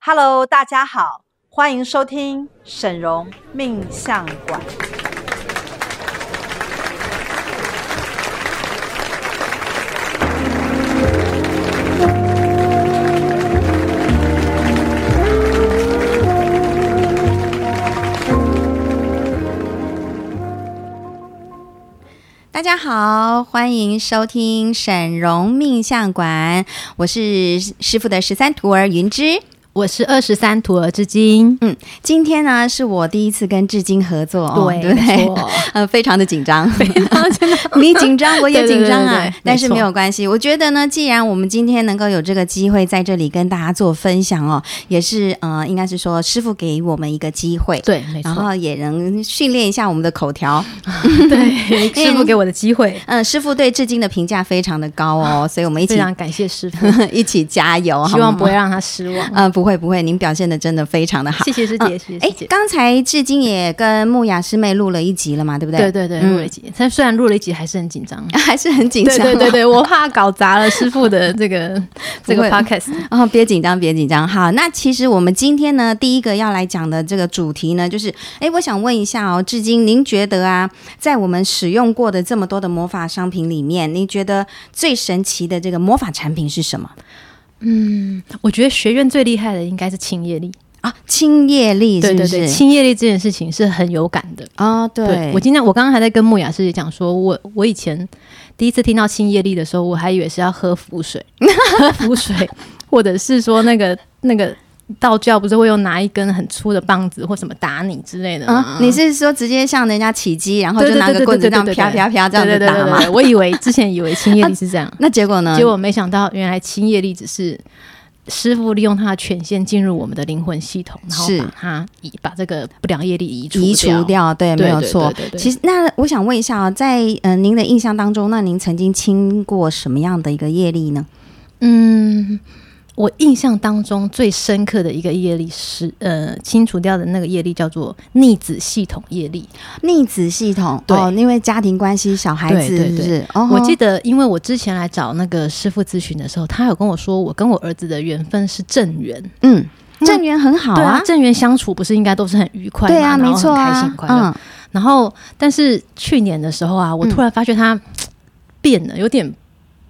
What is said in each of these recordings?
Hello，大家好，欢迎收听沈荣命相馆。大家好，欢迎收听沈荣命相馆，我是师傅的十三徒儿云芝。我是二十三徒儿之金，今天呢，是我第一次跟至今合作、哦，对不没对？错 呃，非常的紧张， 你紧张，我也紧张 啊。对对对对对但是没错没有关系，我觉得呢，既然我们今天能够有这个机会在这里跟大家做分享哦，也是呃，应该是说师傅给我们一个机会。对，没然错，后也能训练一下我们的口条。 对，师傅给我的机会，嗯，师傅对至今的评价非常的高哦，所以我们一非起常感谢师 傅， 一起加油，希望不不会。会让他失望。嗯，不会不会，您表现的真的非常的好。谢谢师姐，谢谢哎师，姐。刚才至今也跟木雅师妹录了一集了嘛，对不对？对对对，录了一集，但虽然录了一集，还是很嗯紧张。 还是很紧对张。啊对对 对，我怕搞砸了师傅的这 个这不个会 podcast。 哦，别紧张，别紧张。好，那其实我们今天呢，第一个要来讲的这个主题呢，就是，哎，我想问一下哦，至今您觉得啊，在我们使用过的这么多的魔法商品里面，您觉得最神奇的这个魔法产品是什么我觉得学院最厉害的应该是清业力，啊？清业力是对不对是？对，清业力这件事情是很有感的。哦，对，我今天我刚刚还在跟木雅师姐讲说，我我以前第一次听到清叶力的时候，我还以为是要喝符水， 喝符水，或者是说那个那个道教不是会用拿一根很粗的棒子或什么打你之类的啊吗？，你是说直接像人家起鸡，然后对就对拿对个对棍子对这样对对啪对啪啪这样对子对打对对吗？嗯对，我以为之前以为清叶力是这样，那结果呢？结果没想到原来清叶力只是。师傅利用他的权限进入我们的灵魂系统，然后是把它移把这个不良业力移除移除掉，对，对没有对错对对。对其实，那我想问一下啊，在呃您的印象当中，那您曾经亲过什么样的一个业力呢？嗯，我印象当中最深刻的一个业力是，呃，清除掉的那个业力叫做逆子系统业力。逆子系统对哦，因为家庭关系、小孩子对对是不是？哦，我记得，因为我之前来找那个师傅咨询的时候，他有跟我说，我跟我儿子的缘分是正缘。嗯，那正缘很好对啊，正缘相处不是应该都是很愉快嘛，对啊，然没后很错开啊心，快乐。嗯，然后，但是去年的时候啊，我嗯突然发觉他变了，有点，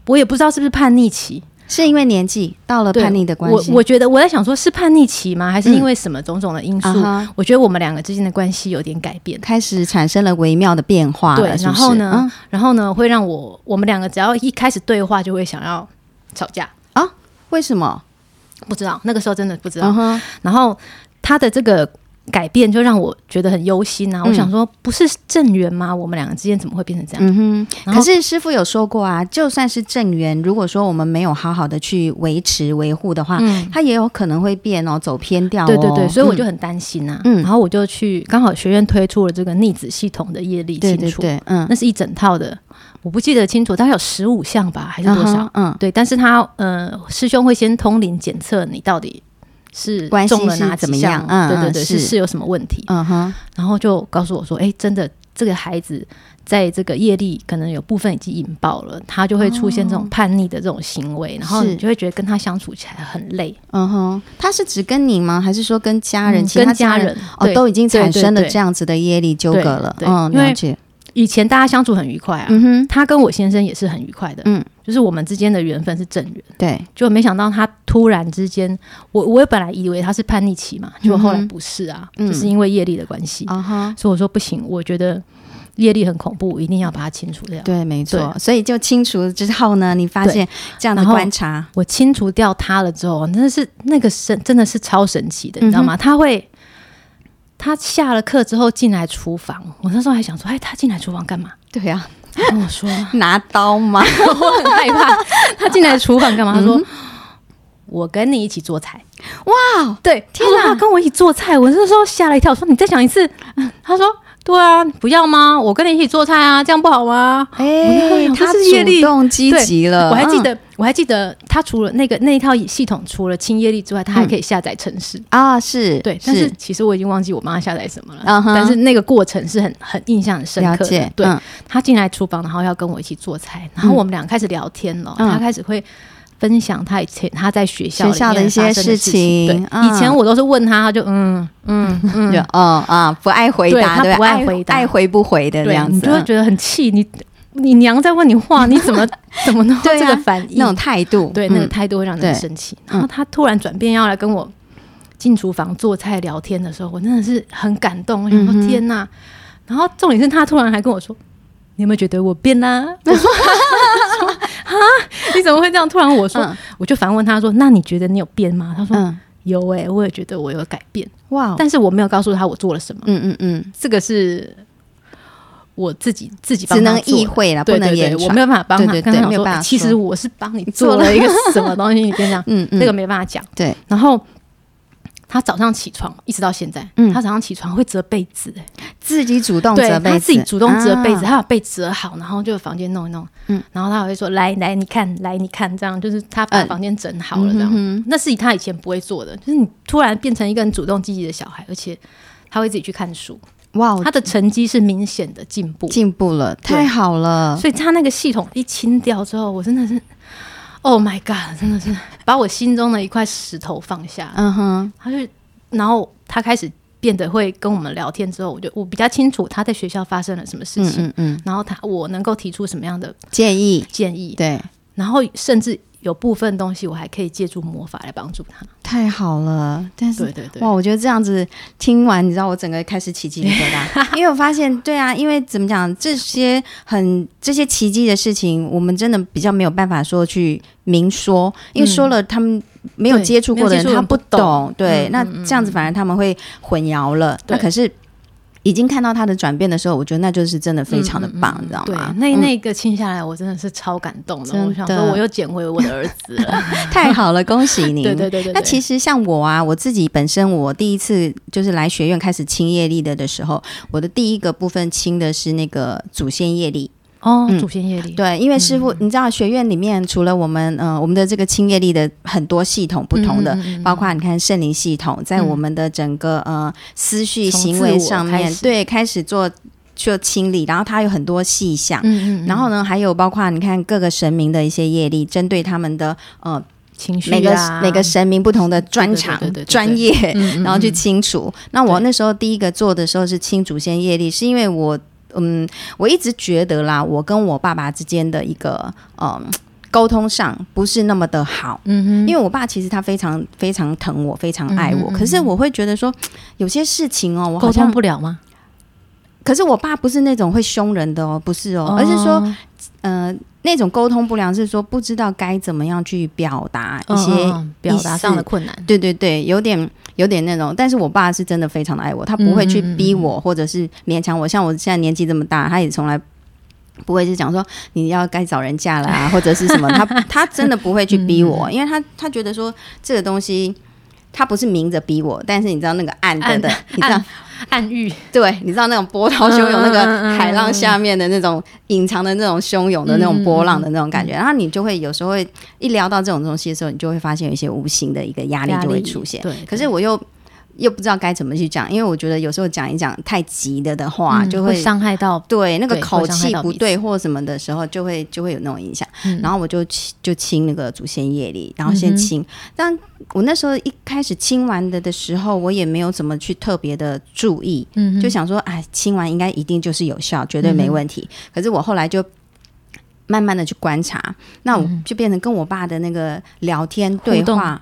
我也不知道是不是叛逆期。是因为年纪到了对叛逆的关我系，嗯我觉得我在想说，是叛逆期吗？还是因为什么种种的因素？啊哈我觉得我们两个之间的关系有点改变。开始产生了微妙的变化对了，啊是不嗯然后是呢？然后呢，会让我我们两个只要一开始对话，就会想要吵架。嗯啊，为什么？不知道那个时候真的不知道。嗯哼。然后他的这个改变就让我觉得很忧心啊！嗯我想说，不是正缘吗？我们两个之间怎么会变成这样？嗯哼，然可后是师傅有说过啊，就算是正缘，如果说我们没有好好的去维持维护的话，嗯它也有可能会变哦，走偏掉、哦。对对对，所以我就嗯、很担心啊。嗯然后我就去，刚好学院推出了这个逆子系统的业力对清对除。对，嗯，那是一整套的，我不记得清楚，大概有十五项吧，还是多少？嗯哼？对，但是他呃，师兄会先通灵检测你到底是关系中了哪是怎么几项样嗯对对嗯对，是是是有什么问题？嗯嗯哼，然后就告诉我说，哎，真的这个孩子在这个业力可能有部分已经引爆了，他就会出现这种叛逆的这种行为，然后哦是你就会觉得跟他相处起来很累，嗯哼，他是指跟你吗？还是说跟家人？嗯其他跟家人人哦，对都已经产生了对对对这样子的业力纠葛了。对对嗯，因为了解。以前大家相处很愉快啊。嗯哼，他跟我先生也是很愉快的，嗯，就是我们之间的缘分是正缘。对，就没想到他突然之间，我我本来以为他是叛逆期嘛，结果后来不是啊，嗯就是因为业力的关系，啊哈。所以我说不行，我觉得业力很恐怖，我一定要把它清除掉。对，没错，对所以就清除之后呢，你发对现这样的然后观察，我清除掉它了之后，真的是那个神真的是超神奇的，你知道嗯吗？他会。他下了课之后进来厨房，我那时候还想说，哎，他进来厨房干嘛？对啊，他跟我说， 拿刀吗？ 我很害怕，他进来厨房干嘛？他嗯说，我跟你一起做菜。哇，对，天天哪哪， 他跟我一起做菜，我那时候吓了一跳，我说你再讲一次。他说对啊，不要吗？我跟你一起做菜啊，这样不好吗？哎，我那时候想说他这是业力主动积极了，我还记嗯得，我还记得，他除了那个那一套系统，除了清业力之外，他还可以下载城市。啊，是对，但是其实我已经忘记我帮他下载什么了。嗯哼但是那个过程是很很印象很深了刻的解。，对，嗯他进来厨房，然后要跟我一起做菜，然后我们俩开始聊天了。嗯他开始会分享他以前他在学校学校里的面一些发生事的事情对，嗯以前我都是问他，他就嗯嗯嗯就，哦啊，不爱回对答，他对不爱回答爱回不回的这对样，子，你就会嗯觉得很气，你你娘在问 你话，你怎么怎么能对这啊个反应那？种态度，对，那个嗯态度会让人对很生气。然后他突然转变要来跟我进厨房做菜聊天的时候，我真的是很感动，我想说嗯哼天哪！然后重点是他突然还跟我说：“你有没有觉得我变啦、 我说啊，你怎么会这样？”突然我说，嗯我就反问他说：“那你觉得你有变吗？”他说：“嗯，有诶、我也觉得我有改变，哇，但是我没有告诉他我做了什么。嗯嗯嗯，这个是我自己自己帮只他能做的意会啊啦，不对能对言对，传我没，有办法帮他，对对跟对他讲没有说办哎法其实说我是帮你 做了一个什么东西，你别讲，嗯嗯，这个没办法讲。对，然后他早上起床一直到现在，嗯哦他早上起床会折被子，哎自己主动对责备他自己主动折被子，啊他把被折好，然后就房间弄一弄，嗯然后他还会说来来你看来你看这样，就是他把嗯房间整好了这样，那是他以前不会做的，就是你突然变成一个很主动积极的小孩，而且他会自己去看书，哇，他的成绩是明显的进步，哦进哦步了，哦对太好了，所以他那个系统一清掉之后，我真的是，Oh my God，真的是把我心中的一块石头放下。嗯哼，他就，然后他开始变得会跟我们聊天之后，我就我比较清楚他在学校发生了什么事嗯情，嗯嗯，然后他我能够提出什么样的建议，建议，对，然后甚至有部分东西我还可以借助魔法来帮助他。太好了，但是对对对嗯哇，，我觉得这样子听完，你知道我整个开始起鸡皮疙 瘩，因为我发现，对啊，因为怎么讲，这些很这些奇迹的事情，我们真的比较没有办法说去明说，因为说了他们没有嗯对接触过的人，没有接触他人不不懂懂，对，嗯那嗯嗯这样子反而他们会混淆了。那对可是已经看到他的转变的时候，我觉得那就是真的非常的棒，你知道对吗？，那嗯 那个亲下来，我真的是超感动的。真的我想说，我又捡回我的儿子了。太好了，恭喜 你！ 对对对对。那其实实像我啊，我自己本身我第一次就是来学院开始清业力的的时候，我的第一个部分清的是那个祖先业力。哦嗯，祖先业力，对，因为师嗯傅，你知道学院里面除了我们呃我们的这个清业力的很多系统不同的，嗯，嗯嗯嗯包括你看圣灵系统，在嗯我们的整个呃思绪从行自为我上开面，始对，开始做做清理，然后它有很多细项。嗯嗯嗯，然后呢，还有包括你看各个神明的一些业力，针对他们的呃情绪每个啊每个神明不同的专长对对对对对、对专业，嗯嗯然后去嗯清除。那我对那时候第一个做的时候是清祖先业力，是因为我嗯，我一直觉得啦，我跟我爸爸之间的一个嗯沟通上不是那么的好。嗯哼，因为我爸其实他非常非常疼我，非常爱我，嗯嗯嗯可是我会觉得说，有些事情哦，我好沟通像，不了吗？可是我爸不是那种会凶人的哦，不是哦，而是说，呃，那种沟通不良是说不知道该怎么样去表达一嗯些嗯嗯表达上的困难，对对对，有点有点那种，但是我爸是真的非常的爱我，他不会去逼我，或者是勉强我。像我现在年纪这么大，他也从来。不会是讲说你要该找人嫁了 啊，或者是什么？他他真的不会去逼我，因为他他觉得说这个东西他不是明着逼我，但是你知道那个暗的的，你知道暗暗喻 对，你知道那种波涛汹涌、那嗯嗯嗯个嗯海浪下面的那种隐藏的那种汹涌的那种波浪的那种感觉，然后你就会有时候会一聊到这种东西的时候，你就会发现有一些无形的一个压力就会出现。对，可是我又又不知道该怎么去讲，因为我觉得有时候讲一讲太急了的话，嗯就会会伤害到，对那个对口会伤害气到不彼此对或什么的时候，就会就会有那种影响。嗯然后我就清就清那个祖先业力，然后先嗯哼清。但我那时候一开始清完的的时候，我也没有怎么去特别的注意，嗯哼嗯就想说，哎，清完应该一定就是有效，绝对没问题。可是我后来就慢慢的去观察，那我就变成跟我爸的那个聊天对嗯动话，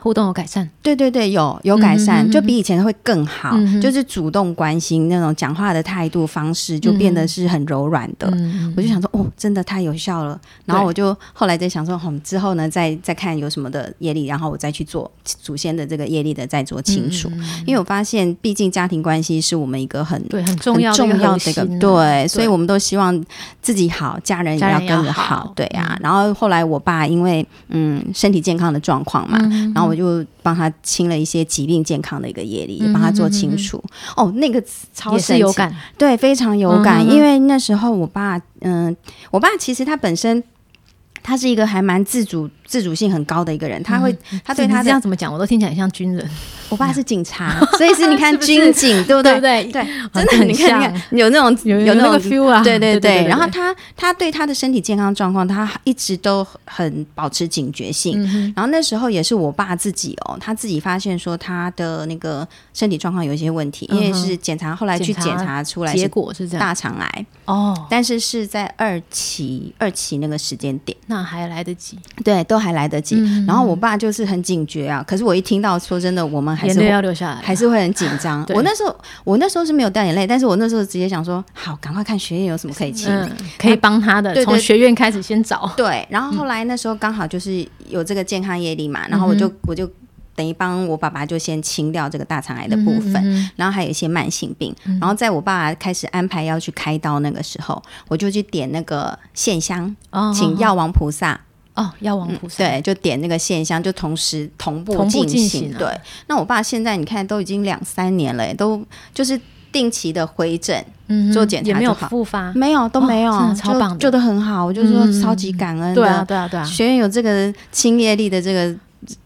互动有改善，对对对，有有改嗯善，哼嗯哼就比以前会更好，嗯哼就是主动关心那种讲话的态度方式，就变得是很柔软的。嗯我就想说，哦，真的太有效了。然后对我就后来在想说，好、之后呢，再再看有什么的业力，然后我再去做祖先的这个业力的再做清楚。嗯因为我发现，毕竟家庭关系是我们一个很对很重很要重要的这一个对，所以我们都希望自己好，家人也啊家要人跟着要好嗯好，对啊。然后后来我爸因为嗯身体健康的状况嘛，嗯然后我就帮他清了一些疾病健康的一个业力，也帮他做嗯清除。哦，那个超啊也神是奇有，感，对，非常有嗯感，哼哼因为那时候我爸，嗯，我爸其实他本身。他是一个还蛮自主、自主性很高的一个人，他会，他对你他这的样怎么讲，我都听起来像军人，我爸是警察，所以是 你看是不是军警， 对不对对不？对？对，很真的，你看，像你看，有那种有有那那个种 feel 啊对对对对对。对然后他他对他的身体健康状况，他一直都很保持警觉性。嗯然后那时候也是我爸自己哦，他自己发现说他的那个身体状况有一些问题，因为嗯哼是检查，后来去检查检查出来结是果是这样大肠癌，哦，但是是在二期二期那个时间点，嗯那还来得及，对，都还来得及。然后我爸就是很警觉啊，可是我一听到说真的，我们还眼是泪会要流下来，还是会很紧张。哎对我那时候，我那时候是没有掉眼泪，但是我那时候直接想说，好，赶快看学院有什么可以清。嗯，可以帮他对的，对从学院开始先找。对，然嗯后后来那时候刚好就是有这个健康业力嘛，然后我就、我就等于帮我爸爸就先清掉这个大肠癌的嗯部分，然后还有一些慢性病，然后在我爸爸开始安排要去开刀那个时候，我就去点那个线香，哦请药王菩萨。哦，药王菩萨，对，就点那个线香，就同时同步同步进行啊对，那我爸现在你看都已经两三年了耶，哎都就是定期的回诊，嗯哼做检查也没有就好复发。没有都哦没有，真的就超棒的就都很好，我就说嗯超级感恩的。对啊，对啊，对啊，学院有这个清业力的这个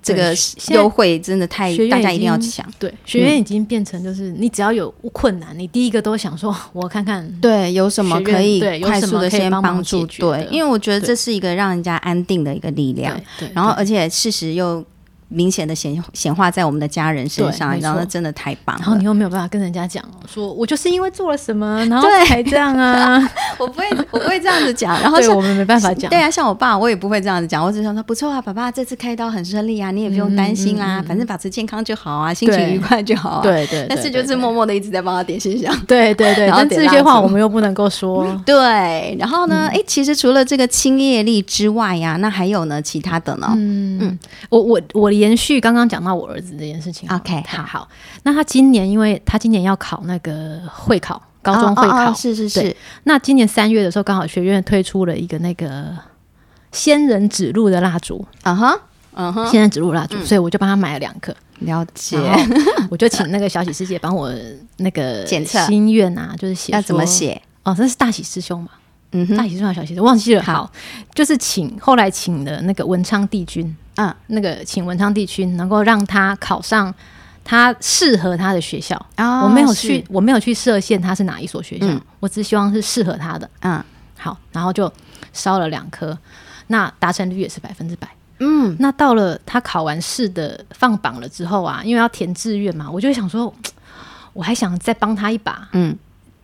这个现在优惠，真的太学院大已家一定要经想。对，嗯学院已经变成就是你只要有困难，你第一个都想说，我看看对，有什么学院可以对有快什速么的可以先帮忙帮助？解决的对，因为我觉得对这是一个让人家安定的一个力量。对对，然后，对而且事实又明显的显显化在我们的家人身对上，没然后错那真的太棒然后你了。又没有办法跟人家讲哦说，我就是因为做了什么，然后对才这样 啊。我不会，我不会这样子讲。然后对像我们没办法讲，对啊，像我爸，我也不会这样子讲，我只想说不错啊，爸爸这次开刀很顺利啊，你也不用担心啦、嗯反正保持健康就好啊，心情对愉快就好啊。，对对，但对是就是默，默的一直在帮他点心香。对对对对，然后但点这些蜡话烛我们又不能够嗯 说。对，然后嗯呢？哎、其实除了这个清业力之外呀、那还有呢其他的呢？嗯，我我我延续刚刚讲到我儿子这件事情了 OK，好好好，那他今年因为他今年要考那个会考，高中会哦哦考哦，是是对是，那今年三月的时候，刚好学院推出了一个那个仙人指路的蜡烛，嗯哼，嗯哼，仙人指路蜡烛，所以我就帮他买了两颗，了解。然后我就请那个小喜师姐帮我那个检测心愿啊，就是写要怎么说？写？哦，那是大喜师兄嘛，嗯哼，大喜师兄还是小喜师，忘记了。好好，就是请后来请了那个文昌帝君，嗯那个请文昌帝君能够让他考上他适合他的学校。啊我没有是去，我没有去设限他是哪一所学校，嗯我只希望是适合他的。嗯好，然后就烧了两颗，那达成率也是百分之百。嗯，那到了他考完试的放榜了之后啊，因为要填志愿嘛，我就想说，我还想再帮他一把，嗯，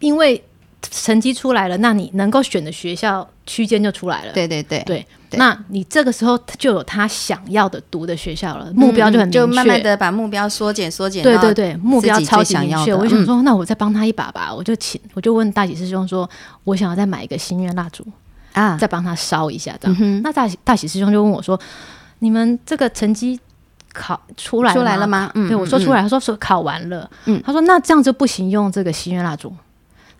因为成绩出来了，那你能够选的学校区间就出来了，对对对，对。对那你这个时候就有他想要的读的学校了，目标就很明嗯确，就慢慢的把目标缩减缩减。对对对，目标超级想明要确。的嗯我就想说，那我再帮他一把吧，我就请，我就问大喜师兄说，我想要再买一个心愿蜡烛，啊，再帮他烧一下嗯这样。那大喜大喜师兄就问我说：“你们这个成绩考出来出来了？”吗？嗯，对，我说嗯出来，他说说考完了。嗯他说那这样就不行，用这个心愿蜡烛。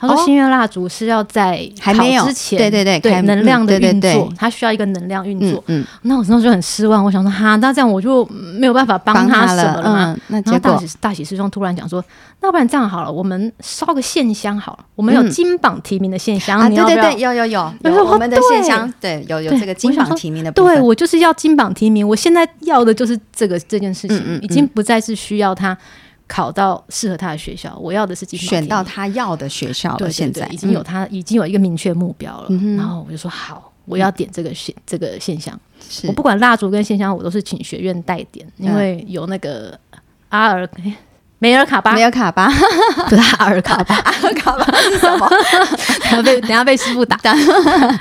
他说哦心愿蜡烛是要在还没有考之前，对对对对开能量的嗯对对运对作，他需要一个能量运嗯作。嗯，那我那时候就很失望，我想说哈，那这样我就没有办法帮帮他什了么了嘛。，嗯，那然后结大果喜大喜师兄突然讲说：“那不然这样好了，我们烧个线香好了，我们有嗯金榜题名的线香，啊，你对要不对要？”对，有有有我有说我们的对现象，对，有有对这个我金想榜说题名的部对分，我就是要金榜题名，我现在要的就是这个这件事情，嗯嗯嗯已经不再是需要他考到适合他的学校，我要的是金榜题名选到他要的学校对了，对现对在已经有嗯他、已经有一个明确目标了，然后我就说好，我要点这个现、这个现象，是我不管蜡烛跟线香，我都是请学院代点，因为嗯有那个阿尔。哎梅尔卡巴没有卡巴， 不是阿 尔卡巴，卡巴是什 么？等下被等下被师傅打。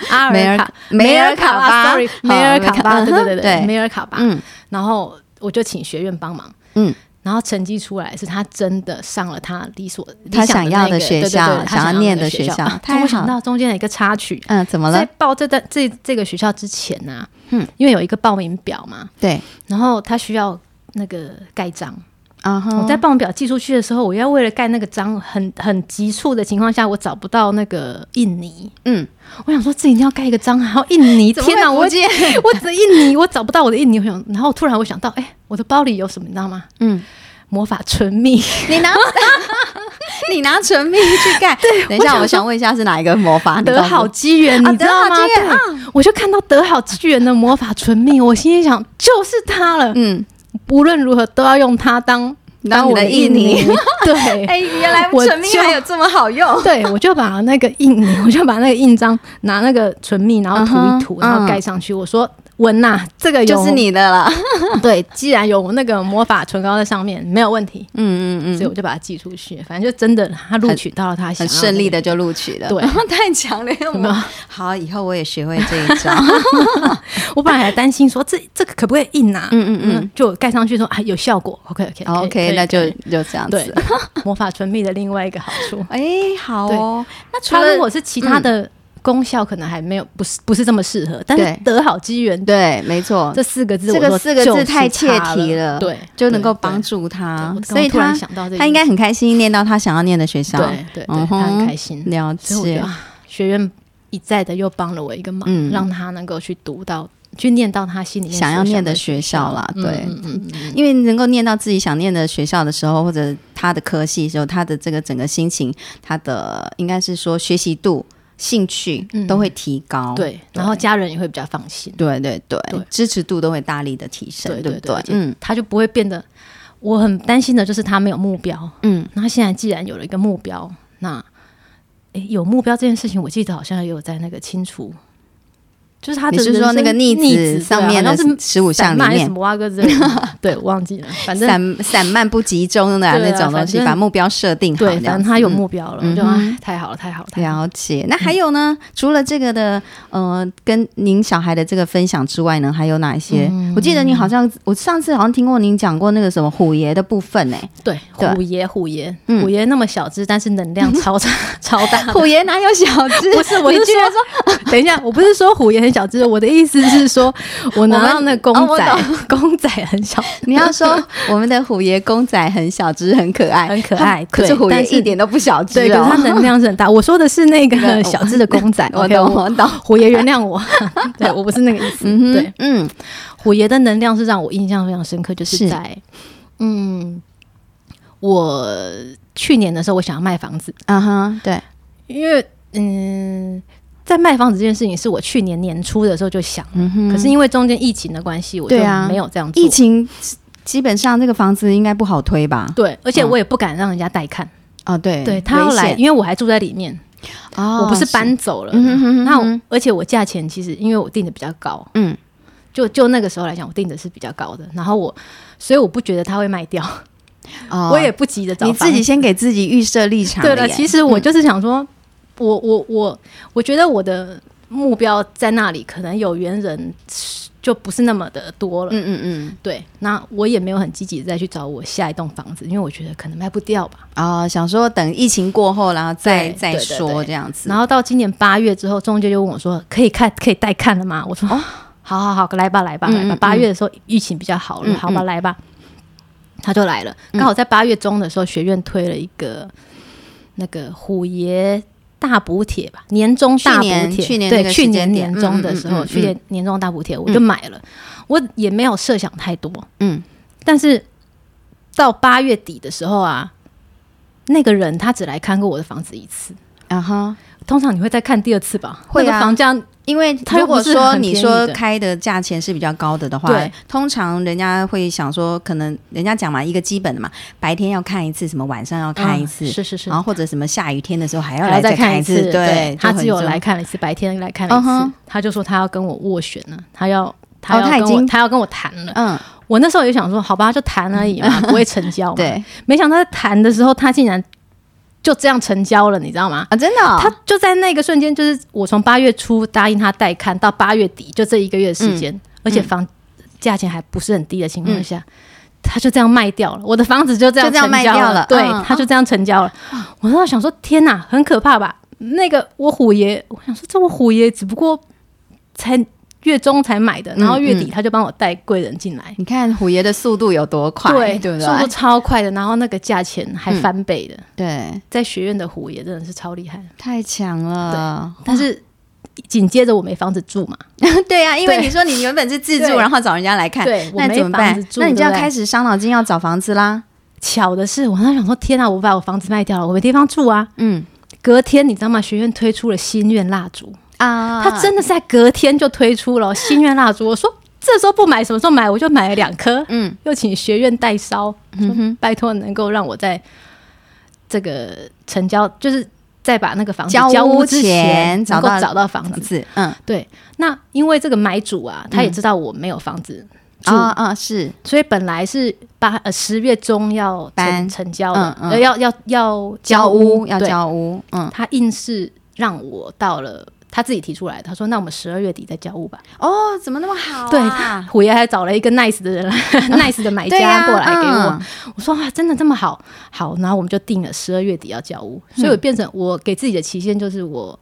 阿梅尔尔卡梅尔卡卡巴，sorry，好梅尔卡巴，梅尔卡 对对对嗯对，哼梅尔卡巴。嗯然后我就请学院帮忙，嗯，然后成绩出来是他真的上了他理所他理想想要的那的个学对对对校想他要想要念那的个学学校啊太我好想到中间的一个插曲，嗯，怎么在了？报这段这这个学校之前呢、啊，嗯，因为有一个报名表嘛，对，然后他需要那个盖章。啊哈，我在报名表寄出去的时候，我要为了盖那个章，很很急促的情况下，我找不到那个印泥。嗯，我想说，这一定要盖一个章，然后印尼，天哪，哪，我不见，我只印尼，我找不到我的印尼，我想，然后突然我想到，哎、我的包里有什么，你知道吗？嗯，魔法唇蜜，你拿 你拿唇蜜去 盖，等一下，我想我想问一下是哪一个魔法？你知德道吗好机缘，啊你知道吗？德好机缘啊对，我就看到德好机缘的魔法唇蜜，我心里想，就是它了，嗯，无论如何都要用它当然后我你的印尼尼，， 对，哎，原来我唇蜜就还有这么好 用，对，我就把那个印，我就把那个印章拿那个唇蜜，然后涂一涂嗯，哼然后盖上去。我说闻呐、这个有嗯就是你的了。 对，既然有那个魔法唇膏在上面，没有问题，嗯嗯嗯，所以我就把它寄出去。反正就真的他录取到了他很想要顺利那的就录取了，嗯对 太强了，有有没有？好，以后我也学会这一 招。个。我本来还担心说这这个可不可以印呐、嗯嗯嗯。就盖上去说啊有效果，OK 哦 OK 好 OK，那就就这样对 子。魔法唇蜜的另外一个好 处。哎，好哦。那除它如果了是其他的功效，可能还没有不是不是这么适合，但对是得好机缘对，没错，这四个字，哦这个我说四个字就是太切它题了对，就能够对帮。对助他对我，所以刚突然他想到这个，他应该很开心，念到他想要念的学校。对对，对嗯他哼很开心，了所以我觉解得。啊学院一再的又帮了我一个忙，嗯让他能够去读到，去念到他心里面想要所念的学学校啦，嗯对，嗯嗯嗯因为能够念到自己想念的学校的时候，或者他的科系的时候，他的这个整个心情，他的应该是说学习度、兴趣嗯都会提高。嗯对，然后家人也会比较放心，对对对对支持度都会大力的提升，对不对对对，？嗯嗯，他就不会变得。我很担心的就是他没有目标，嗯，那他现在既然有了一个目标，那诶有目标这件事情，我记得好像也有在那个清除，就是他的你是人说生那个逆逆子子啊上面的的十五项里面什，么蛙哥之类 的，对，我忘记了，反正散散漫不集中的、对啊那种东西，反正把目标设定好，对，这反样正子他有嗯目标了，嗯我就哼哎，太好了，太好了，太好了。了解，那还有呢？除了这个的，呃，跟您小孩的这个分享之外呢，还有哪一些？嗯我记得你好像，我上次好像听过您讲过那个什么虎爷的部分呢、对，对啊虎爷，虎爷，嗯虎爷那么小只，但是能量 超大，超大。 虎爷哪有小只？ 不是，我你是居然说， 等一下，我不是说虎爷很小只，我的意思是说，我拿到那个哦公我仔，懂 公仔很小，你要说 我们的虎爷公仔很小只，很可爱，很可爱可是对虎爷但是一点都不小只、哦，对，可是它能量是 很大。我说的是那个小只的公仔，我 OK，懂，哦我懂。虎爷原 谅我，对我不是那个意思。嗯哼对，嗯，虎爷的能量是让我印象非常深刻，就是是在嗯，我去年的时候，我想要卖房子，啊哈，对，因为嗯，在卖房子这件事情是我去年年初的时候就想了，嗯哼。可是因为中间疫情的关系，我就对啊没有这样做。疫情基本上这个房子应该不好推吧？对，而且嗯我也不敢让人家带看，哦，对，对他要危来，险，因为我还住在里面，哦，我不是搬走了。嗯哼哼哼那我哼而且我价钱其实因为我定的比较高，嗯，就就那个时候来讲，我定的是比较高的，然后我所以我不觉得他会卖掉，哦我也不急着找你房自己先给自己预设立场对了了，耶嗯其实我就是想说，我我我我觉得我的目标在那里，可能有缘人就不是那么的多了。嗯嗯嗯，对，那我也没有很积极地再去找我下一栋房子，因为我觉得可能卖不掉吧。哦，想说等疫情过后，然后再对再对对说对这样子然。后到今年八月之后，中介就问我说：“可以看，可以带看了吗？”我说：“哦，好好好，来吧，来吧，嗯来嗯”吧。八月的时候疫情比较好了，嗯好吧，嗯来吧。他就来了，刚好在八月中的时候，学院推了一个那个虎爷大补帖吧，年终大补去帖，年去年那对个，时去间年点年中的时嗯嗯候，嗯嗯去年年终大补帖，我就买了，我也没有设想太多，嗯，但是到八月底的时候啊，那个人他只来看过我的房子一次。然后通常你会再看第二次吧？会啊那个房价因为它如又果不是说很你便宜说的开的价钱是比较高的的话对，通常人家会想说，可能人家讲嘛，一个基本的嘛，白天要看一次，什么晚上要看一次，哦嗯是是是然，后或者什么下雨天的时候还要还来要再看一次，对，就他很只有重来看了一次，白天来看了一嗯哼次，他就说他要跟我斡旋了，他要他哦要他已跟我经他要跟我谈了。嗯，我那时候也想说，好吧，就谈而已嘛，不会成交嘛。， 对没想到在谈的时候，他竟然就这样成交了，你知道吗？啊，真的哦，他就在那个瞬间，就是我从八月初答应他带看到八月底，就这一个月的时嗯间，而且房价钱还不是很低的情况下，他就这样卖掉了。我的房子就这样就这样成卖交掉了对，嗯他就这样成交了。我那时候想说，天哪，很可怕吧？那个我虎爷，我想说这我虎爷只不过才月中才买的，然后月嗯底他就帮我带贵人进来。你看虎爷的速度有多快，对，对不嗯速度对？超快的，然后那个价钱还翻倍的，对，在学院的虎爷真的是超厉害的。太强了。但是紧接着我没房子住嘛，对啊，因为对你说你原本是自助，对然后找人家来看，对我那没怎么房办子？住那你就要对不对开始伤脑筋，要找房子啦。巧的是，我那时候想说，天啊，我把我房子卖掉了，我没地方住啊。嗯隔天，你知道吗？学院推出了心愿蜡烛，啊， 它真的是在隔天就推出了心愿蜡烛。我说这时候不买，什么时候买？我就买了两颗，嗯嗯，又请学院代烧，嗯哼，拜托能够让我在这个成交，就是在把那个房子交屋交屋之前前找能够到找到房房子。子，嗯，对，那因为这个买主啊，他也知道我没有房子住，啊啊是，所以本来是八呃十月中要搬成成交的，嗯嗯呃要要要交屋要对交屋，嗯，他硬是让我到了。他自己提出来的，他说：“那我们十二月底再交屋吧。哦，怎么那么好啊？嗯对，虎爷还找了一个 nice 的人 来，nice 的买对呀家过来给我。嗯我说：“哇，真的这么好？好，然后我们就定了十二月底要交屋。嗯所以我变成我给自己的期限就是我，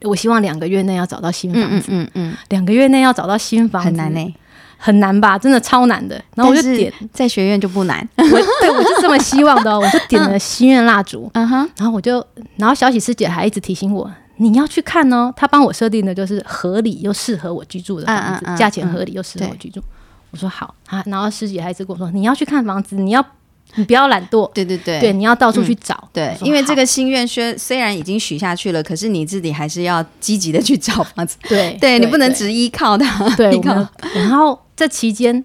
我希望两个月内要找到新嗯房嗯子，嗯嗯，两个月内要找到新房子很难呢、很难吧？真的超难的。然后我就但是点，在学院就不难，我对我就这么希望的哦、我就点了心愿蜡烛。嗯哼，然后我就，然后小喜师姐还一直提醒我，你要去看哦。她帮我设定的就是合理又适合我居住的房子，嗯嗯嗯价钱合理又适合我对居住。我说好啊，然后师姐还一直跟我说，你要去看房子，你要你不要懒惰，对对对嗯对，你要到处去找。对我，说因为这好个心愿虽虽然已经许下去了，可是你自己还是要积极的去找房子，对，对你不能对只依靠 它，对，依我靠们然后这期间。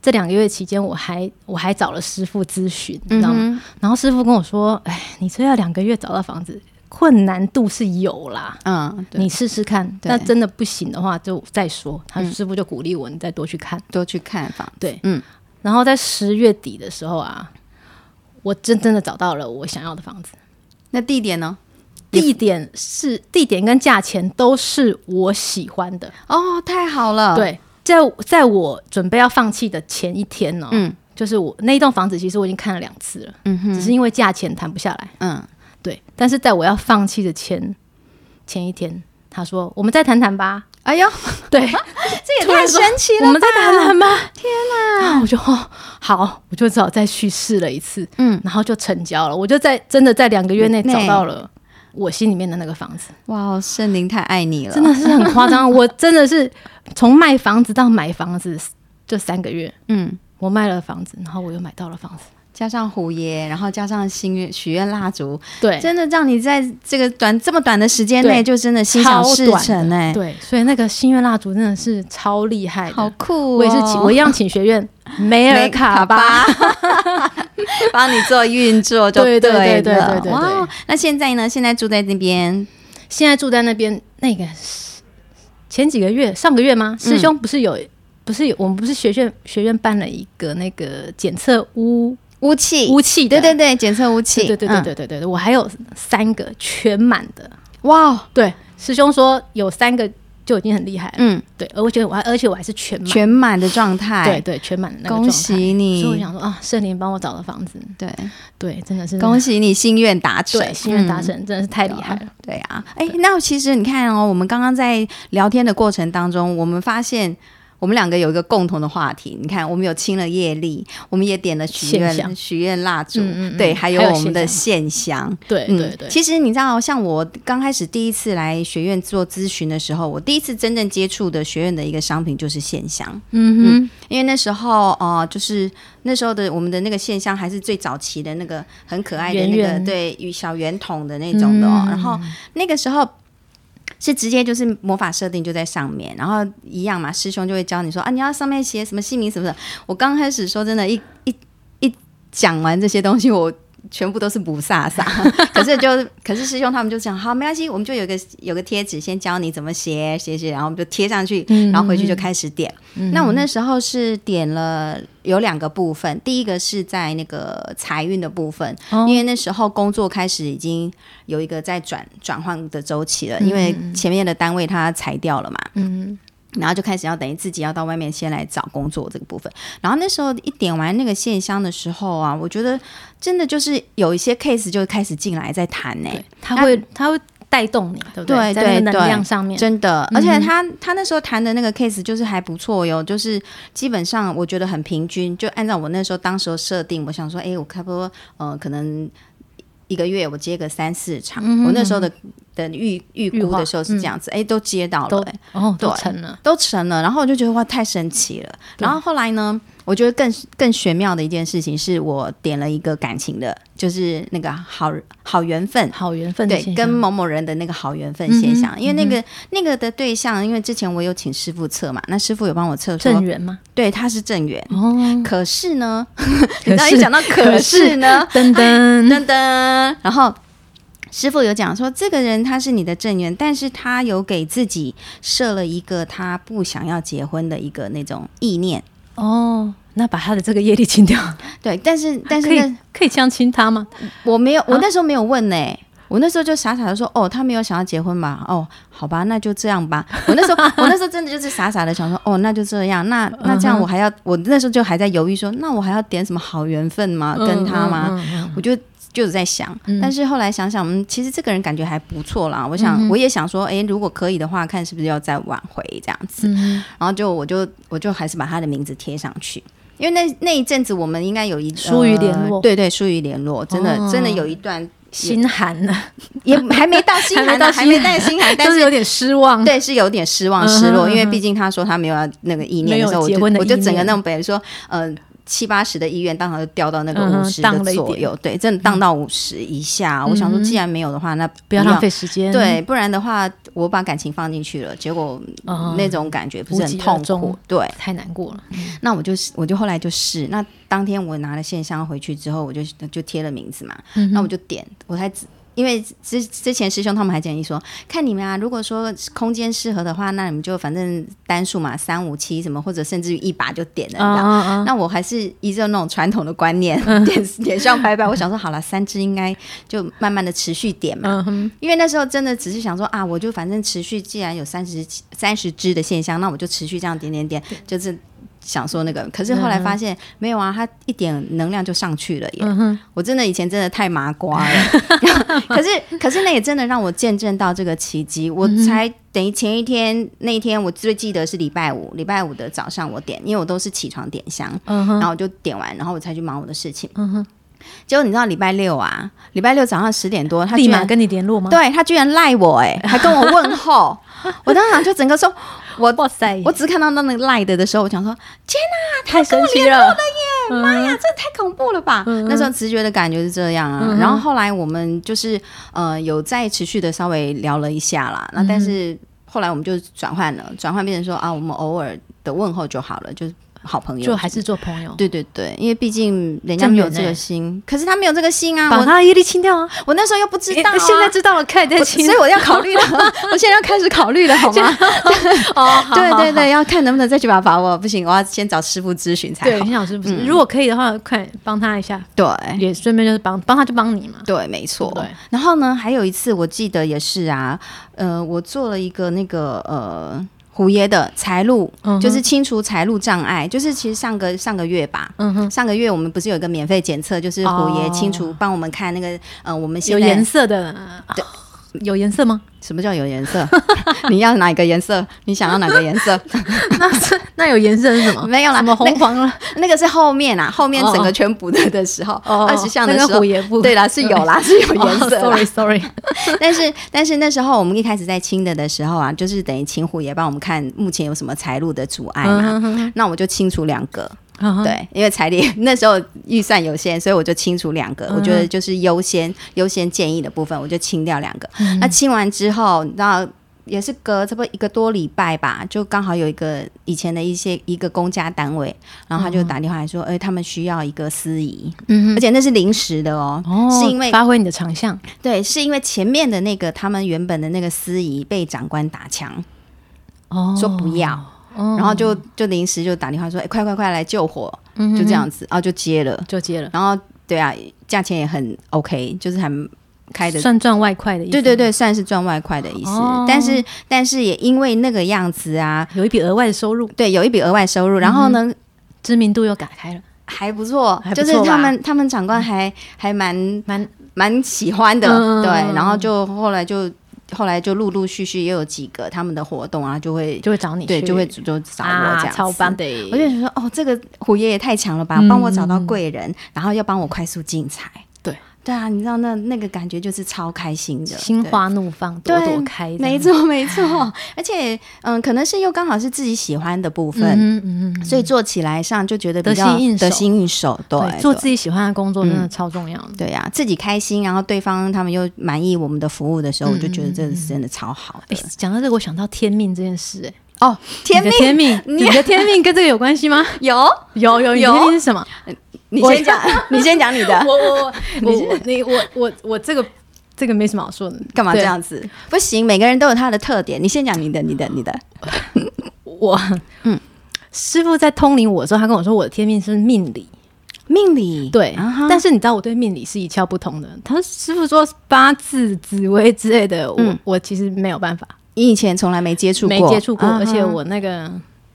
这两个月期间，我还我还找了师傅咨询，你知道吗？嗯然后师傅跟我说：“哎，你这要两个月找到房子，困难度是有啦，嗯，对，你试试看。对那真的不行的话，就再说。他师傅就鼓励我，你再多去看。多去看房，对，嗯，然后在十月底的时候啊，我真真的找到了我想要的房子，那地点呢？地点是地点跟价钱都是我喜欢的。哦，太好了，，对，在在我准备要放弃的前一天呢、嗯就是我那一栋房子，其实我已经看了两次了，嗯哼，只是因为价钱谈不下来。嗯，对，但是在我要放弃的前前一天，他说我们再谈谈 吧。哎呦，对，这也突太然说神奇我了们吧，再谈谈吧。啊天哪！然后我就、哦、好，我就只好再去试了一次，嗯嗯，然后就成交了。我就在真的在两个月内内找到了我心里面的那个 房子，哇哦，圣灵太爱你了，真的是很夸张。我真的是从卖房子到买房子这三个月，嗯。我卖了房子，然后我又买到了房子。加上虎爷，然后加上心愿许愿蜡烛，对，真的让你在这个短这么短的时间内对就真的心想超事短的成哎、对，所以那个心愿蜡烛真的是超厉害的。好酷、哦！我也是请，我一样请学 院梅尔卡巴。， 帮你做运作就对对了。对对对对对哇，那现在呢？现在住在那边，现在住在那边，那个是前几个月，上个月吗？嗯师兄不是有，不是有，我们不是学院学院办了一个那个检测污污气，污气的，对对对，嗯检测污气，对对对对对对对，我还有三个全满的。嗯，哇哦，对，师兄说有三个就已经很厉害了。嗯，对，而我觉得我还而且我还是全满，全满的状对态，对全满的那个状恭态。喜所以我你，想说啊，圣灵帮我找的房子，对，对，真的是恭喜你心愿达成，对心愿达嗯成，真的是太厉害了。对啊，哎，那其实你看哦，我们刚刚在聊天的过程当中，我们发现我们两个有一个共同的话题。你看，我们有清了业力，我们也点了许线愿香许愿蜡烛，嗯嗯嗯对，还有还有我们的线香。对嗯对对，其实你知道，像我刚开始第一次来学院做咨询的时候，我第一次真正接触的学院的一个商品就是线香。嗯因为那时候哦、呃就是那时候的我们的那个现象还是最早期的那个很可爱的那个圆嗯圆对与小圆筒的那种的、哦，然后那个时候。是直接就是魔法设定就在上面，然后一样嘛，师兄就会教你说啊，你要上面写什么姓名什么的。我刚开始说真的，一一一讲完这些东西，我全部都是不飒飒。 可是就可是师兄他们就讲好，没关系，我们就有个有个贴纸，先教你怎么写写写，然后我们就贴上去，嗯然后回去就开始点。那我那时候是点了有两个部分，第一个是在那个财运的部分，哦因为那时候工作开始已经有一个在转转换的周期了，因为前面的单位它裁掉了嘛，嗯然后就开始要等于自己要到外面先来找工作这个部分。然后那时候一点完那个线香的时候啊，我觉得真的就是有一些 case 就开始进来在谈呢、对，他会他会带动你，对不对在那个对能对量上面，嗯真的，而且他、他那时候谈的那个 case 就是还不错哟，就是基本上我觉得很平均，就按照我那时候当时候设定，我想说，哎诶，我差不多呃，可能一个月我接个三四场，嗯哼我那时候的的预预预估划的时候是这样子，诶，都接到了、哎都诶哦，对都成了。都成了，然后我就觉得哇，太神奇了。然后后来呢，我觉得更更玄妙的一件事情是我点了一个感情的，就是那个好好缘分，好缘分的对现，象跟某某人的那个好缘分现象，嗯嗯哼因为那个、那个的对象，因为之前我有请师傅测嘛，那师傅有帮我测说正，缘嘛，对，他是正缘。哦，可是呢，可嗯你刚一讲到可是呢，噔噔，噔噔，然后师傅有讲说，这个人他是你的正缘，但是他有给自己设了一个他不想要结婚的一个那种意念，哦，那把他的这个业力清掉，对，但是但是可那以可以相亲他吗？我没啊有，我那时候没有问呢、我那时候就傻傻的说，哦，他没有想要结婚吧？哦，好吧，那就这样吧。我那时候， 我那时候真的就是傻傻的想说，哦，那就这样。嗯那那这样我还要，我那时候就还在犹豫说，那我还要点什么好缘分吗？跟他吗？嗯？嗯嗯我就就是在想，嗯但是后来想想，嗯，其实这个人感觉还不错啦。我想，嗯哼我也想说，诶，如果可以的话，看是不是要再挽回这样子。嗯然后就我就我就还是把他的名字贴上去，因为那那一阵子我们应该有一疏于联络呃对对，疏于联络，真的、哦真的有一段心寒了，也还没到 心寒呢，还还没没到到心寒心寒，但就是是有点失 望。对，是有点失望、嗯哼失落，嗯因为哼毕竟他说他没有要那个意念的时候，我没有结就婚的我就意念整个那种本说，呃，七八十的意愿，当场就掉到那个嗯哼五十荡了的一左点右，对，真的荡到五十以下。我想说，既然没有的话，那不要浪费。时间。对，，不然的话，我把感情放进去了，结果、哦那种感觉不是无很疾而痛苦终。对，太难过了。那我就是，我就后来就试。那当天我拿了线香回去之后，我就就贴了名字嘛。那我就点，我才知因为之之前师兄他们还建议说，看你们啊，如果说空间适合的话，那你们就反正单数嘛，三五七什么，或者甚至于一把就点了，你知道。啊那我还是依照那种传统的观念， 点点上拜拜。我想说，好了，三支应该就慢慢的持续点嘛。嗯哼，因为那时候真的只是想说啊，我就反正持续，既然有三十三十支的现象，那我就持续这样点点点，就是想说那个。可是后来发现、没有啊，它一点能量就上去了耶！嗯哼，我真的以前真的太麻瓜 了，可是可是那也真的让我见证到这个奇迹。我嗯才等于前一天那一天，我最记得是礼拜五，礼拜五的早上我点，因为我都是起床点香，嗯然哼，后我就点完，然后我才去忙我的事情。嗯哼，结果你知道礼拜六啊，礼拜六早上十点多，他立居马然跟你联络吗？，对他居然赖我、欸，还跟我问 候，我当场就整个说，我哇塞，我只看到那个赖的的时候，我想嗯说，太神奇了，妈呀，这太恐怖了吧！嗯那时候直觉的感觉是这样啊。然后后来我们就是呃有再持续的稍微聊了一下啦，嗯那但是后来我们就转换了，转换变成说啊，我们偶尔的问候就好了，就是好朋友，就还是做朋友，对对对，因为毕竟人家没有这个心，可是他没有这个心啊，把我他的业力清掉啊！我那时候又不知道、啊，诶现在知道了，看你在我清，所以我要考虑了， 我现在要开始考虑了，好吗？哦，好对对，好好对，要看能不能再去把它把握，不行，我要先找师傅咨询才对，好你。想是不是？如果可以的话，快帮他一下，对也顺便就是帮帮他就帮你嘛。对，没错对。然后呢，还有一次我记得也是啊，呃，我做了一个那个呃虎爷的财路，嗯哼就是清除财路障碍，就是其实上个上个月吧。嗯哼，上个月我们不是有一个免费检测，就是虎爷哦清除，帮我们看那个呃，我们有现在颜色的，对有颜色吗？什么叫有颜色？ 你要哪个颜色？你想要哪个颜色？那是 那有颜色是什么？没有啦哦什么那红个黄了？ 那个是后面啊，后面整哦个哦全补的的时候，哦二十项的那时个候虎，爷不哦对啦，是有 啦，是有颜色啦。Oh, Sorry Sorry， 但是但是那时候我们一开始在清的的时候啊，就是等于请虎爷帮我们看目前有什么财路的阻碍嘛。那我就清除两个，嗯，对，因为财力 那时候预算有限，所以我就清除两个。我嗯觉得就是优先优先建议的部分，我就清掉两个。嗯那清完之后，你知道也是隔差不多一个多礼拜吧，就刚好有一个以前的一些一个公家单位，然后他就打电话来说，哎、他们需要一个司仪，嗯而且那是临时的哦，哼，哦，是因为发挥你的长项，对，是因为前面的那个他们原本的那个司仪被长官打枪，哦，说不要，哦，然后就就临时就打电话说，哎、快快快来救火，嗯哼就这样子，然后就接了，就接了，然后对啊，价钱也很 OK，就是还开的。算赚外快的意思，对对，对，算是赚外快的意思，哦但是但是也因为那个样子啊，有一笔额外的收入，对，有一笔额外收嗯入，然后呢、知名度又打开了，还不错，还不就错是他吧们他们长官还还蛮蛮蛮喜欢的，嗯对，然后就后来就后来就陆陆续续也有几个他们的活动啊，就会就会找你去，对就会主动找我这啊，样、超棒。的，我就觉得哦，这个虎爷也太强了吧，帮我找到贵人，然后要帮我快速进财。嗯对对啊，你知道那那个感觉就是超开心的，心花怒放，朵朵对开，对。没，错， 没错，而且嗯，可能是又刚好是自己喜欢的部分，嗯嗯嗯嗯，所以做起来上就觉得比较得心应手得心应手，对，对，做自己喜欢的工作真的超重要的。对呀、啊，自己开心，然后对方他们又满意我们的服务的时候，嗯我就觉得这是真的超好的哎，讲到这个，我想到天命这件事，哎， 哦。天你命的天命，你的天命跟这个有关系吗？有，有有，你的有天命是什么？你我先讲，你先讲 你的，我我我我你我我我这个这个没什么好说的，干嘛对这？样子？不行，每个人都有他的特点，你先讲你的，你的，你的。我嗯，师傅在通灵我的时候，他跟我说我的天命是命理，命理对啊哈，但是你知道我对命理是一窍不通的。他师傅说八字、紫微之类的，我嗯我其实没有办法，你以前从来没接触过，没接触过，啊哈而且我那个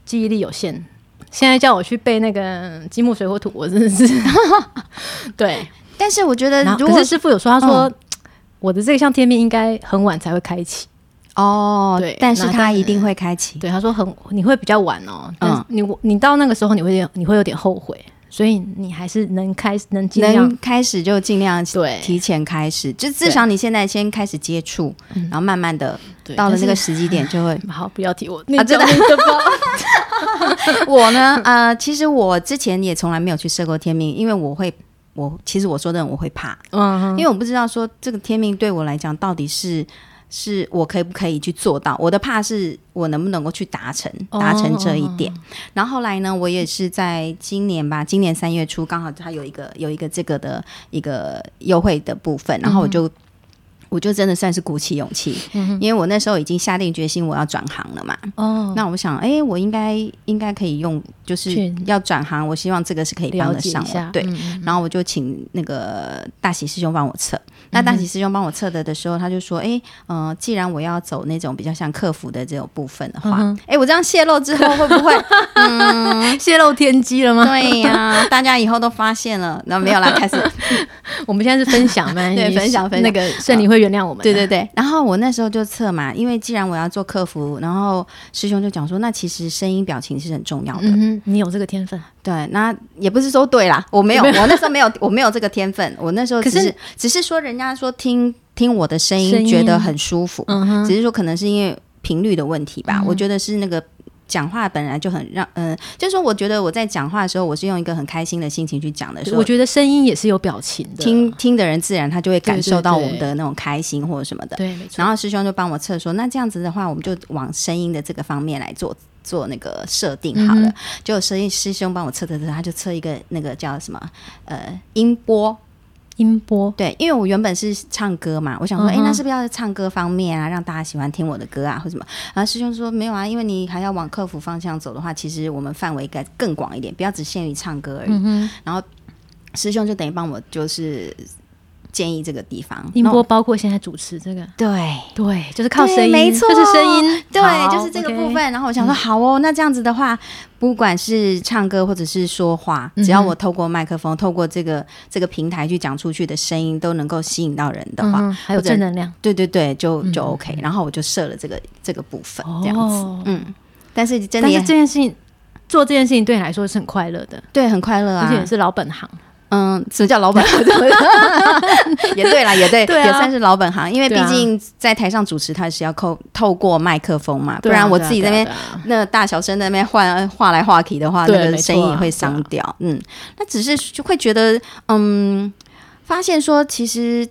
记忆力有限。现在叫我去背那个金木水火土，我真的是 对。但是我觉得然后如可果嗯是师傅有说，他说、我的这项天命应该很晚才会开启。哦对，但是那他一定会开启。对，他说很你会比较晚哦，但是嗯你你到那个时候你会有点你会有点后悔，所以你还是能开能尽量能开始就尽量对提前开始，就至少你现在先开始接触，然后慢慢的嗯对到了但这是个时机点就 会好，不要提我，你啊真讲的你的吧。 我呢，呃，其实我之前也从来没有去设过天命，因为我会，我其实我说真的，我会怕，嗯，因为我不知道说这个天命对我来讲到底是是我可以不可以去做到。我的怕是我能不能够去达成，哦达成这一点。然后后来呢，我也是在今年吧，今年三月初刚好它有一个有一个这个的一个优惠的部分，然后嗯我就。我就真的算是鼓起勇气，因为我那时候已经下定决心我要转行了嘛，哦，那我想，哎、我应该应该可以用，就是去要转行，我希望这个是可以帮了得解上一我下，。对，嗯，嗯然后我就请那个大喜师兄帮我测。那大喜师兄帮我测的的时候，他就说，哎、呃，既然我要走那种比较像客服的这种部分的话，哎、我这样泄露之后会不 会？嗯泄露天机了 吗？对呀、大家以后都发现了，那没有啦， 开始我们现在是分享 嘛，对你分享分享那个圣灵会原谅我们的，啊对对对，然后我那时候就测嘛，因为既然我要做客服，然后师兄就讲说，那其实声音表情是很重要的。嗯哼，你有这个天分，对，那也不是说对 啦，我没有，我那时候没有，我没有这个天分，我那时候只是可只是说人家说听听我的声声音音觉得很舒服，嗯哼，嗯只是说可能是因为频率的问题吧，我觉得是那个。讲话本来就很让，嗯、就是说，我觉得我在讲话的时候，我是用一个很开心的心情去讲的时候，我觉得声音也是有表情的，听听的人自然他就会感对对受到我们对的那种开心或者什么的。对，没错，然后师兄就帮我测说，那这样子的话，我们就往声音的这个方面来做做那个设定好了。嗯结果声音师兄帮我测测测，他就测一个那个叫什么呃音波，音波，对，因为我原本是唱歌嘛，我想说，嗯哎、哼那是不是要唱歌方面啊，让大家喜欢听我的歌啊，或什么？然后师兄说没有啊，因为你还要往客服方向走的话，其实我们范围应该更广一点，不要只限于唱歌而已。嗯哼，然后师兄就等于帮我就是建议这个地方音那波我包括现在主持这个，对。对，就是靠对声音，没错就是声音，对，好就是这个 OK 嗯部分。然后我想说，好哦，那这样子的话，不管是唱歌或者是说话，嗯只要我透过麦克风、透过这个这个平台去讲出去的声音，都能够吸引到人的嗯话，哼，还有或者正能量，对对对，就就嗯 OK、然后我就设了这个这个部分，哦这样子，嗯。但是真的但是也这件事情做这件事情对你来说是很快乐的，对很快乐而且啊也，是老本行。嗯，什么叫老本行？ 也对啦，也对， 对啊也算是老本行，因为毕对啊竟在台上主持，他是要透透过麦克风嘛，不对啊然我对啊自己在那对边啊对啊 那大小声在那边换画来画去的话，对那个没声错啊音也会伤掉。啊嗯，那只是就会觉得，嗯，发现说其实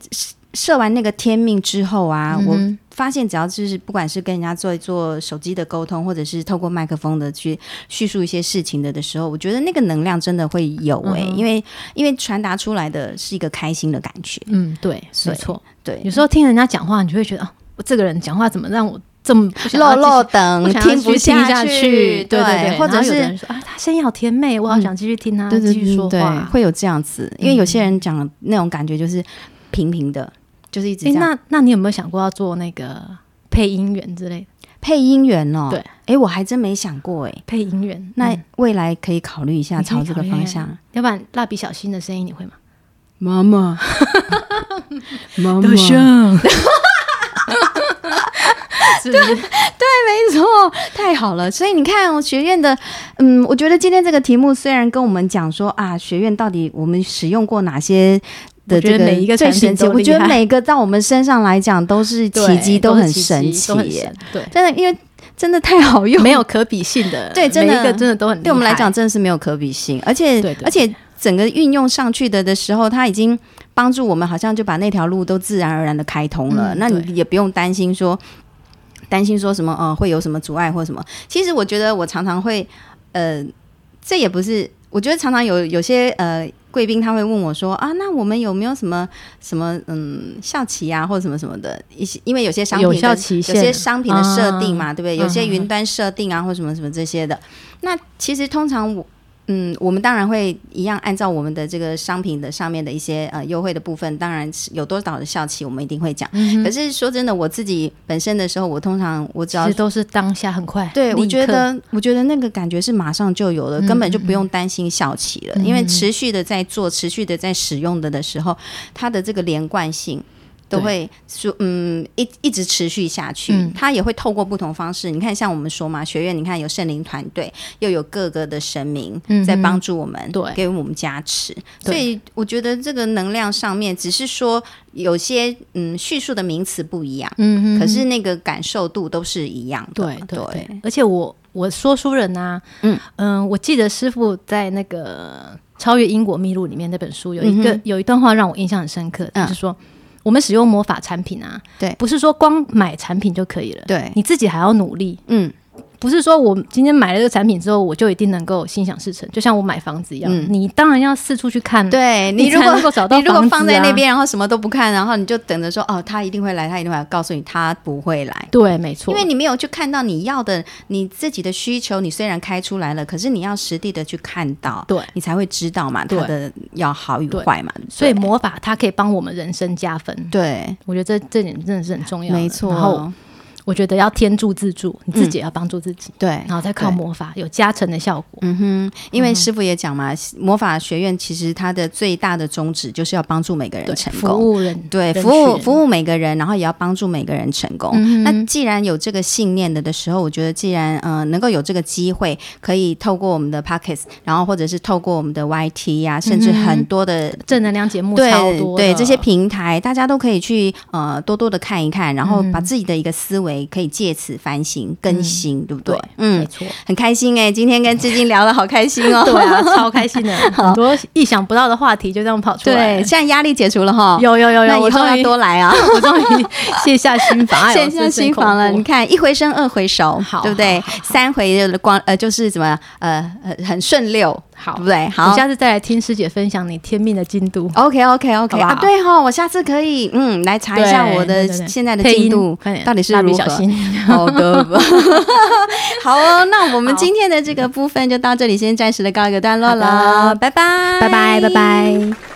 设完那个天命之后啊，嗯我哼发现只要就是不管是跟人家做一做手机的沟通，或者是透过麦克风的去叙述一些事情的的时候，我觉得那个能量真的会有诶、嗯哼因为因为传达出来的是一个开心的感觉。嗯，对，所没以错。对，有时候听人家讲话，你就会觉得啊，我这个人讲话怎么让我这么不想漏要继续漏等不想要听继不续听下去？对对，或者然后有是嗯的人说啊，他声音好甜美，我好想继续听他对对啊继续说对话。嗯会有这样子，因为有些人讲的那种感觉就是平平的，就是一直这诶样。那那你有没有想过要做那个配音员之类的？配音员哦，对，哎，我还真没想过哎，配音员，那嗯未来可以考虑一下你可以朝这个考虑啊方看向。要不然蜡笔小新的声音你会吗？妈 妈，妈德胜， 是不 是？没错，太好了。所以你看、哦，学院的，嗯，我觉得今天这个题目虽然跟我们讲说啊，学院到底我们使用过哪些的这我觉得每一个个最产品神奇，都厉害我觉得每个到我们身上来讲都是对奇迹，都很是奇迹神奇都很耶，神对，真的，因为真的太好用，没有可比性的，对真的每一个真的都很厉害 对我们来讲，真的是没有可比性，而且对对而且整个运用上去的的时候，它已经帮助我们好像就把那条路都自然而然的开通了，嗯那对你也不用担心说担心说什么呃会有什么阻碍或什么。其实我觉得我常常会呃，这也不是，我觉得常常有有些呃。贵宾他会问我说啊，那我们有没有什么什么嗯校旗啊，或者什么什么的一些，因为有些商品有的效期有限些商品的设定嘛，对不对？嗯有些嗯云端设定啊，或什么什么这些的。那其实通常我。嗯，我们当然会一样按照我们的这个商品的上面的一些呃优惠的部分，当然是有多少的效期，我们一定会讲。嗯哼可是说真的，我自己本身的时候，我通常我只其要实都是当下很快，对我立觉刻得，我觉得那个感觉是马上就有了，嗯根本就不用担心效期了，嗯因为嗯持续的在做，持续的在使用的的时候，它的这个连贯性。都对会说，嗯，一一直持续下去，嗯它也会透过不同方式。你看，像我们说嘛，学院，你看有圣灵团队，又有各个的神明嗯在帮哼助我们，对给我们加持。所对以我觉得这个能量上面，只是说有些嗯叙述的名词不一样，嗯哼，可是那个感受度都是一样的。对对对，而且我我说书人呐、啊嗯嗯我记得师傅在那个《超越因果秘录》里面那本书有一个、嗯哼有一段话让我印象很深刻，嗯就是说我们使用魔法产品啊，对不是说光买产品就可以了，对你自己还要努力。嗯不是说我今天买了这个产品之后，我就一定能够心想事成，就像我买房子一样，嗯你当然要四处去看，，啊对你你如才果能够找到你如果房子放在那啊边，然后什么都不看，然后你就等着说哦，他一定会来，他一定会来，告诉你他不会来。对，没错，因为你没有去看到你要的，你自己的需求，你虽然开出来了，可是你要实地的去看到，对你才会知道嘛，它对的要好与对坏嘛，对不对所以魔法它可以帮我们人生加分，对，我觉得这这点真的是很重要的，没错，然后我觉得要天助自助，你自己也要帮助自己，对，然后再靠嗯对魔法有加成的效果。嗯哼，因为师傅也讲嘛，魔法学院其实它的最大的宗旨就是要帮助每个人对，成哎服功，务人对，人服务群服务每个人，然后也要帮助每个人成功。嗯哼那既然有这个信念的的时候，我觉得既然呃能够有这个机会，可以透过我们的 Pockets，然后或者是透过我们的 YT 呀、甚至嗯哼很多的。正能量节目超对多的，对，这些平台大家都可以去呃多多的看一看，嗯然后把自己的一个思维可以借此反省更新，对不对对？，没嗯，错，很开心哎、今天跟志晶聊得好开心哦， 对啊，超 开心的，很多意想不到的话题就这样跑出来对， 了。现在压力解除了哈，有有有那有，我以后终要于多来啊。 我终于卸下 心防，哎呦卸下心防了，你。看一回生二回熟，好对不对？三回就光呃就是怎么呃呃很顺溜，好对不对？好，好我下次再来听师姐分享你天命的进度， ，OK OK OK 好不好啊，对哈、哦，我下次可以嗯来查一下对我的对对对现在的配进音度快点到底是蜡笔如小何。新 好 的吧，好哦，那我们好今天的这个部分就到这里，先暂时的告一个段落好了，的拜拜，拜拜拜拜。